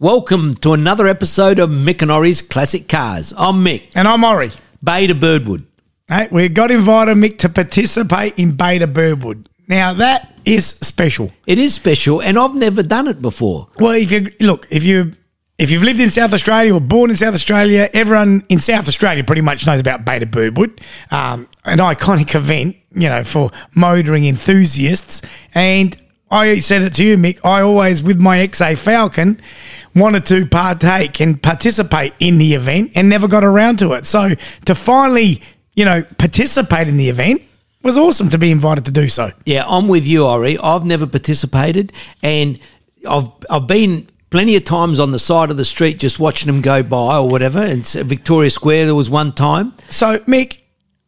Welcome to another episode of Mick and Ori's Classic Cars. I'm Mick, And I'm Ori. Beta Birdwood. Hey, we got invited, Mick, to participate in Beta Birdwood. Now, that is special. It is special, and I've never done it before. Well, if you look, if you if you've lived in South Australia or born in South Australia, everyone in South Australia pretty much knows about Beta Birdwood, um, an iconic event, you know, for motoring enthusiasts. And I said it to you, Mick. I always, with my XA Falcon, wanted to partake and participate in the event, and never got around to it. So to finally, you know, participate in the event was awesome to be invited to do so. Yeah, I'm with you, Ori. I've never participated, and I've I've been plenty of times on the side of the street just watching them go by or whatever. And so Victoria Square, there was one time. So, Mick,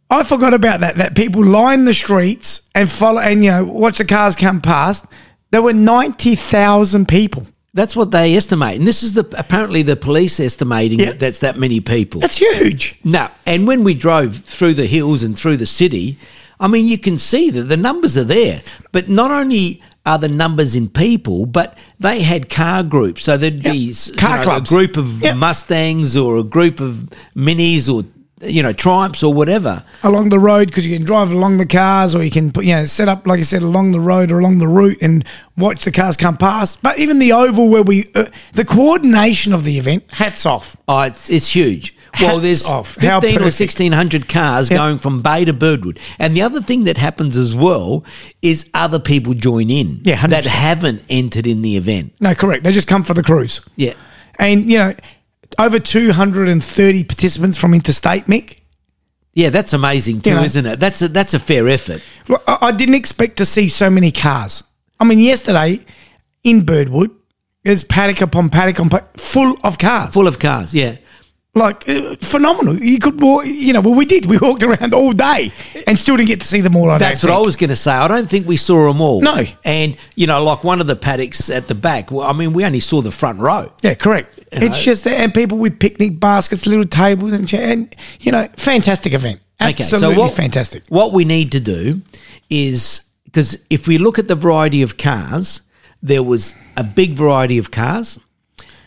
I forgot about that. That people line the streets and follow, and you know, watch the cars come past. There were ninety thousand people. That's what they estimate, and this is the apparently the police estimating Yeah. that that's that many people. That's huge. No, and when we drove through the hills and through the city, I mean, you can see that the numbers are there. But not only are the numbers in people, but they had car groups. So there'd be s- Car you know, clubs. a group of Yep. Mustangs or a group of Minis or you know Triumphs or whatever. along the road because you can drive along the cars or you can put you know set up like I said along the road or along the route and watch the cars come past. But even the oval where we uh, the coordination of the event, hats off. Oh, it's, it's huge. Well, Hats there's off. How fifteen or perfect. sixteen hundred cars Yep. going from Bay to Birdwood, and the other thing that happens as well is other people join in Yeah, 100%. that haven't entered in the event. No, correct. They just come for the cruise. Yeah, and you know over two hundred and thirty participants from interstate, Mick. Yeah, that's amazing too, You know. isn't it? That's a, that's a fair effort. Well, I I didn't expect to see so many cars. I mean, yesterday in Birdwood, there's paddock upon paddock on paddock, full of cars. Full of cars, yeah. Like uh, phenomenal. You could walk. You know, well, we did. We walked around all day and still didn't get to see them all. I That's don't what I think. was going to say. I don't think we saw them all. No. and you know, like one of the paddocks at the back. Well, I mean, we only saw the front row. Yeah, correct. it's know. just that, and people with picnic baskets, little tables, and cha- and you know, fantastic event. Absolutely fantastic. What we need to do is because if we look at the variety of cars, there was a big variety of cars.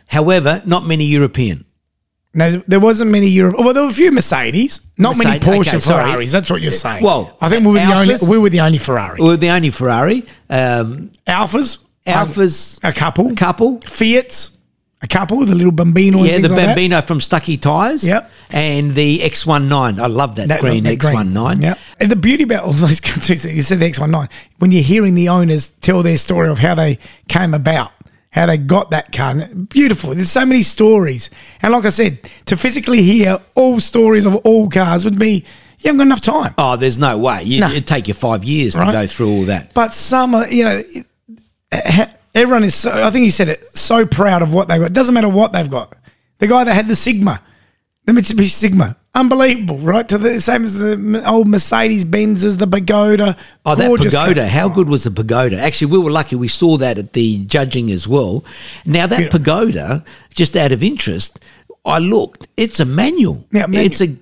However, not many European. No, there wasn't many Europe. Well, there were a few Mercedes, not many Mercedes, Porsche okay, sorry. Ferraris. That's what you're saying. Well, I think we were the only Alphas? we were the only Ferrari. We were the only Ferrari, um, Alphas, Alphas, a couple, couple, Fiat's, a couple, the little Bambino. Yeah, and the things like that. Bambino from Stucky Tires. Yep. And the X19. I love that, That- green that X19. Yeah. And the beauty about all those countries, you said the X19, when you're hearing the owners tell their story of how they came about, how they got that car, and beautiful. There's so many stories. And like I said, to physically hear all stories of all cars would be, you haven't got enough time. Oh, there's no way. You, No. It'd take you five years to Right. go through all that. But some are, you know, everyone is, so, I think you said it, so proud of what they've got. doesn't matter what they've got. The guy that had the Sigma, the Mitsubishi Sigma, unbelievable, right? To the same as the old Mercedes Benz, as the Pagoda. Oh, that gorgeous car. pagoda. How good was the pagoda? Actually, we were lucky. We saw that at the judging as well. Now, that Beautiful. pagoda, just out of interest, I looked. It's a manual. Yeah, manual. It's a.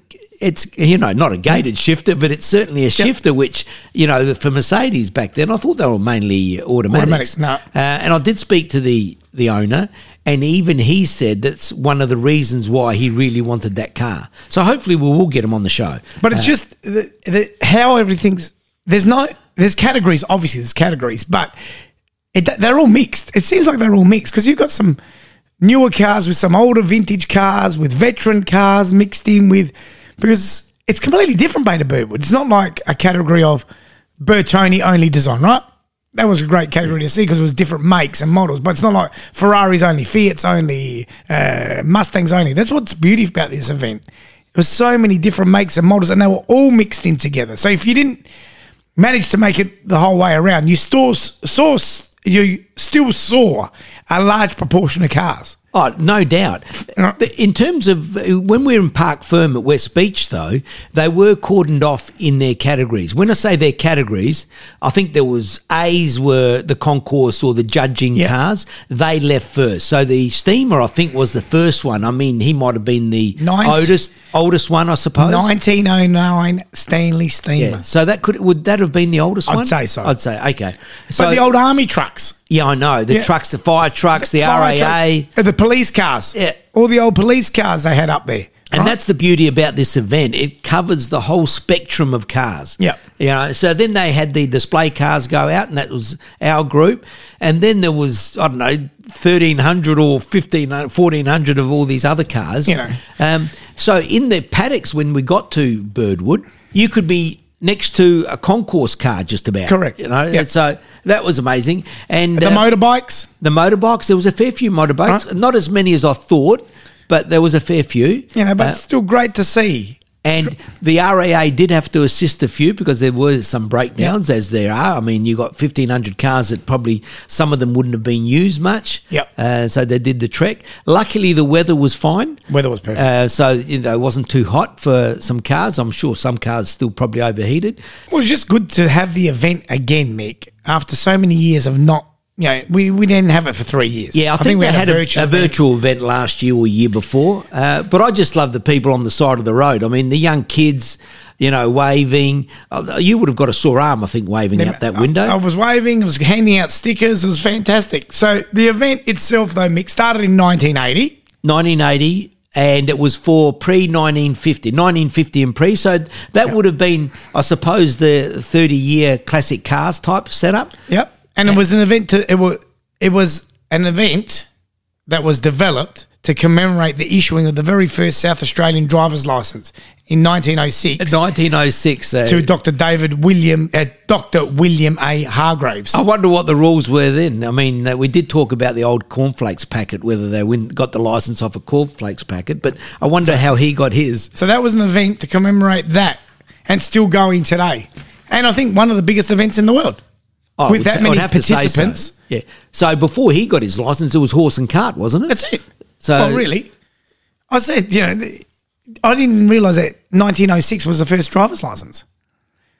It's you know not a gated shifter, but it's certainly a shifter which you know for Mercedes back then. I thought they were mainly automatics. Automatics, no. Uh, and I did speak to the the owner, and even he said that's one of the reasons why he really wanted that car. So hopefully we will get him on the show. But it's just the, the, how everything's there's no there's categories obviously there's categories but it, they're all mixed. It seems like they're all mixed because you've got some newer cars with some older vintage cars with veteran cars mixed in with because it's completely different Beta Birdwood. It's not like a category of Bertoni only design, right? That was a great category to see because it was different makes and models, but it's not like Ferraris only, Fiat's only, uh, Mustangs only. That's what's beauty about this event. There were so many different makes and models, and they were all mixed in together. So if you didn't managed to make it the whole way around. You still s- saw s- you still saw a large proportion of cars. Oh, no doubt. Yeah. The- In terms of uh, when we're in Park Firm at West Beach, though, they were cordoned off in their categories. When I say their categories, I think there was A's were the concourse or the judging Yeah. cars. They left first. So the steamer, I think, was the first one. I mean, he might have been the Ninth. oldest oldest one, I suppose. 1909 Stanley Steamer. Oh, Yeah. So that could would that have been the oldest I'd one? say so. I'd say okay. So But the old army trucks. yeah, I know the Yeah. trucks, the fire trucks, the Fire RAA. trucks. Uh, the police cars. Yeah. All the old police cars they had up there. And right? that's the beauty about this event. It covers the whole spectrum of cars. Yeah. You know, so then they had the display cars go out, and that was our group. And then there was, I don't know, 1,300 or 1,500, 1,400 of all these other cars. You know. Um, so in the paddocks, when we got to Birdwood, you could be next to a concourse car just about. Correct. You know, Yeah. and so that was amazing. And the uh, motorbikes. the motorbikes, there was a fair few motorbikes, Right. not as many as I thought. But there was a fair few, You know, but Uh, it's still great to see. and the RAA did have to assist a few because there were some breakdowns, as there are. I mean, you got 1,500 cars that probably some of them wouldn't have been used much. Yep. Uh, so they did the trek. Luckily, the weather was fine. Weather was perfect. Uh, so, you know, it wasn't too hot for some cars. I'm sure some cars still probably overheated. Well, it's just good to have the event again, Mick. After so many years of not, you know, we, we didn't have it for three years. Yeah, I, think, they had, a, virtual, a event. virtual event last year or year before. Uh, but I just love the people on the side of the road. I mean, the young kids, you know, waving. Uh, you would have got a sore arm, I think, waving out that window. I, I was waving. I was handing out stickers. It was fantastic. So the event itself, though, Mick, started in 1980. 1980 and it was for pre 1950 1950 and pre so that would have been i suppose the 30 year classic cars type setup Yep, and it was an event to it was it was an event that was developed to commemorate the issuing of the very first South Australian driver's license in 1906 1906 uh, to Dr. David William, uh, Dr. William A. Hargraves. i wonder what the rules were then i mean uh, we did talk about the old cornflakes packet whether they win, got the license off a cornflakes packet but i wonder how he got his So that was an event to commemorate that and still going today. And I think one of the biggest events in the world. I With would say- that I would many Oh, have to say so. participants. yeah so before he got his license it was horse and cart wasn't it That's it. So- well, really, I said, you know, th- I didn't realize that 1906 was the first driver's license.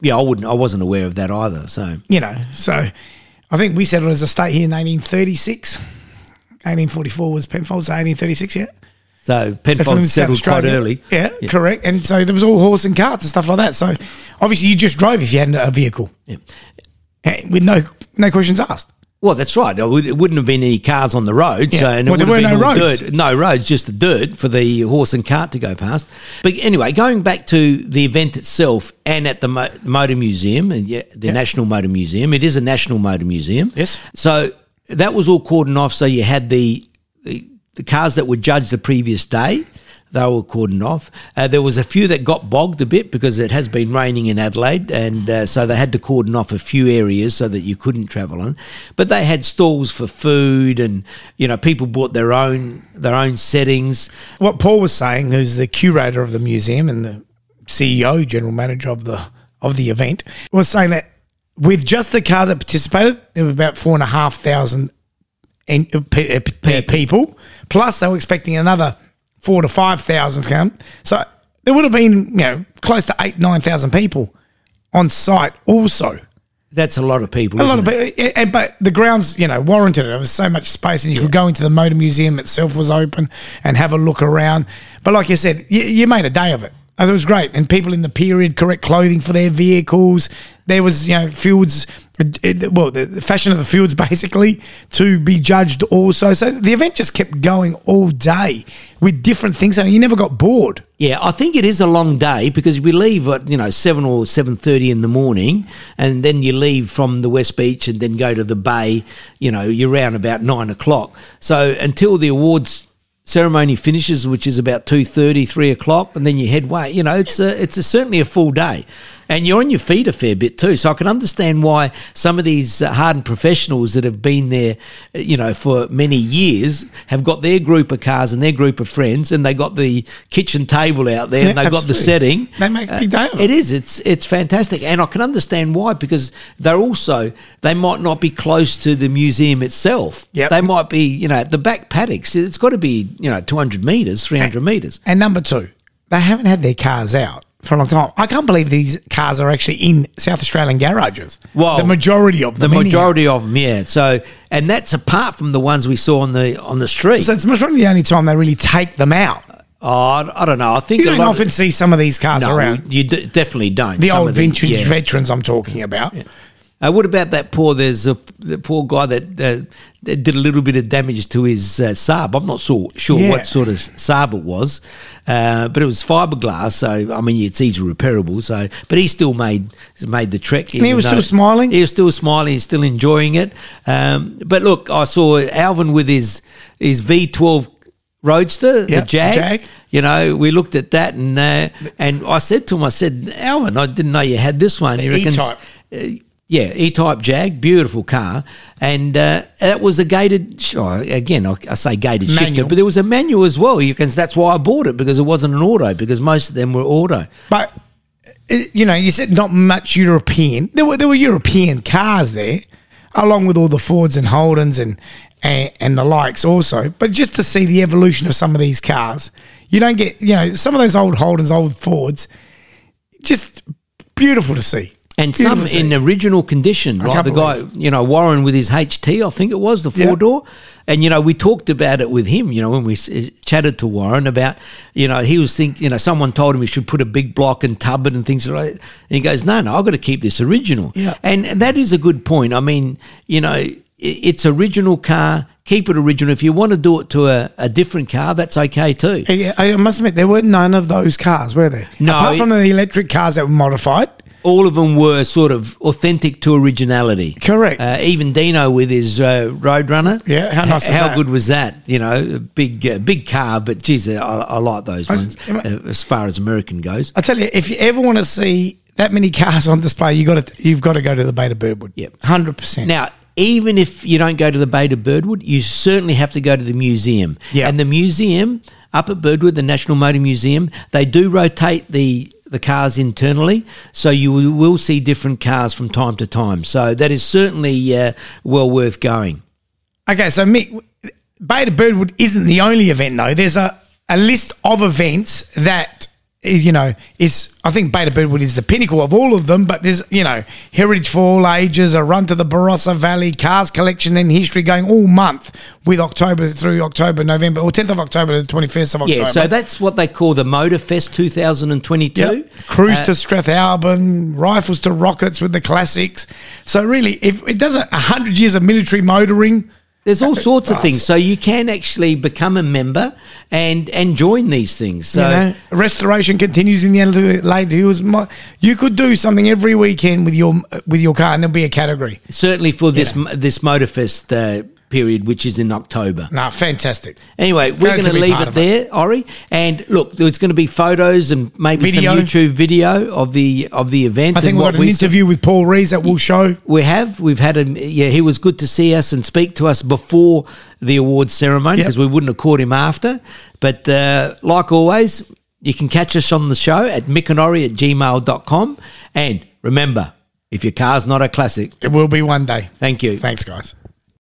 yeah i wouldn't i wasn't aware of that either so You know, so I think we settled as a state here in 1836. 1844 was Penfold, so 1836, yeah. so That's when penfold South settled quite Australia- early Yeah, correct. And so there was all horse and carts and stuff like that. So obviously you just drove if you had a vehicle yeah. eh, with no no questions asked. Well, that's right. It would- it wouldn't have been any cars on the road, so Yeah. and it Well, there would have were been no all roads. dirt. No roads, just the dirt for the horse and cart to go past. But anyway, going back to the event itself and at the Mo- Motor Museum and yeah, the National Motor Museum, it is a National Motor Museum. Yes. So that was all cordoned off. So you had the the, the cars that were judged the previous day. They were cordoned off. Uh, there was a few that got bogged a bit because it has been raining in Adelaide, and uh, so they had to cordon off a few areas so that you couldn't travel on. But they had stalls for food, and you know people bought their own their own settings. what Paul was saying, who's the curator of the museum and the CEO, general manager of the of the event, was saying that with just the cars that participated, there were about four and a half thousand en- uh, pe- uh, pe- uh, people. Plus, they were expecting another four to five thousand come. So there would have been, you know, close to eight nine thousand people on site. Also, That's a lot of people. a isn't lot it? of people, and but the grounds, you know, warranted it. There was so much space, and you could go into the motor museum itself was open and have a look around. But like you said, you, you made a day of it. It was great, and people in the period correct clothing for their vehicles. There was, you know, fields, it- well, the the fashion of the fields basically to be judged also. So the event just kept going all day with different things, and you never got bored. Yeah, I think it is a long day because we leave at you know seven or seven thirty in the morning, and then you leave from the West Beach and then go to the Bay. You know, you're around about nine o'clock. So until the awards ceremony finishes, which is about two thirty, three o'clock, and then you head way. You know, it's a it's a, certainly a full day, and you're on your feet a fair bit too. So I can understand why some of these uh, hardened professionals that have been there, uh, you know, for many years have got their group of cars and their group of friends, and they got the kitchen table out there, and Yeah, they've got the absolutely. setting. Uh, They make a big day of it. It is. It's it's fantastic, and I can understand why because they're also they might not be close to the museum itself. Yep. they might be you know at the back paddocks. It's got to be you know two hundred meters, three hundred meters. And number two, they haven't had their cars out for a long time. I can't believe these cars are actually in South Australian garages. Well, the majority of The them. anyhow. majority of them, yeah. So, and that's apart from the ones we saw on the on the street. So it's most probably the only time they really take them out. oh, I, I don't know. I think You a don't lot often of, see some of these cars no, around. you d- definitely don't. The Some old of vintage yeah. veterans I'm talking about. Uh, what about that poor? There's a the poor guy that, uh, that did a little bit of damage to his uh, Saab. I'm not so, sure Yeah. what sort of Saab it was, uh, but it was fiberglass. So I mean, it's easily repairable. So, but he still made made the trek. he even was still though- smiling? He was still smiling. He's still enjoying it. Um, but look, I saw Alvin with his his V12 Roadster, Yep, the Jag. Jag. You know, we looked at that, and uh, and I said to him, I said, Alvin, I didn't know you had this one. He reckons- E-Type. uh, yeah, E-Type Jag, beautiful car, and uh, that was a gated. sh- oh, Again, I, I say gated shifter, Manual. but there was a manual as well. You can. That's why I bought it because it wasn't an auto. Because most of them were auto. But it, you know, you said not much European. There were there were European cars there, along with all the Fords and Holdens and and, and the likes also. But just to see the evolution of some of these cars, you don't get you know some of those old Holdens, old Fords, just beautiful to see. And Beautiful some to see. in original condition, like can't the guy, you know, Warren with his HT, I think it was the Yeah. four door. And, you know, we talked about it with him, you know, when we s- eh, chatted to Warren about, you know, he was thinking, you know, someone told him he should put a big block and tub it and things like that. And he goes, no, no, I've got to keep this original. Yeah. And that is a good point. I mean, you know, i- it's original car, keep it original. If you want to do it to a, a different car, that's okay too. Yeah, I must admit there were none of those cars, were there? No, apart it- from the electric cars that were modified. all of them were sort of authentic to originality. Correct. Uh, even Dino with his uh, Roadrunner. Yeah, how nice H- is how that? good was that? You know, a big uh, big car, but geez, I, I like those I- ones am I- uh, as far as American goes. I tell you, if you ever want to see that many cars on display, you got to you've got to go to the Beta Birdwood. Yep. hundred percent. Now, even if you don't go to the Beta Birdwood, you certainly have to go to the museum. Yeah. And the museum up at Birdwood, the National Motor Museum, they do rotate the the cars internally, so you will will see different cars from time to time. So that is certainly uh, well worth going. Okay, so Mick, Beta Birdwood isn't the only event though. There's a, a list of events that eh, you know is I think Beta Birdwood is the pinnacle of all of them. But there's you know Heritage for All Ages, a run to the Barossa Valley, Cars Collection and History going all month with October through October, November or 10th of October to the 21st of October. Yeah, so that's what they call the Motor Fest 2022. Yep. Cruise Uh, to Strathalbyn, rifles to rockets with the classics. So really, if it doesn't hundred years of military motoring, there's all sorts of things. So you can actually become a member and and join these things. So you know, restoration continues in the Adelaide Hills. My- You could do something every weekend with your with your car, and there'll be a category. certainly for this m this Motorfest uh, period, which is in October. Nah, fantastic. Anyway, we're Glad to going to be leave part it of there, Ori. And look, there's going to be photos and maybe Video. some YouTube video of the of the event. I think and we've what got an we saw. interview with Paul Rees that will show. We have. We've had him. Yeah, he was good to see us and speak to us before the awards ceremony Yep. because we wouldn't have caught him after. But uh, like always, you can catch us on the show at mickanori at gmail.com. And remember, if your car's not a classic, It will be one day. thank you. Thanks, guys.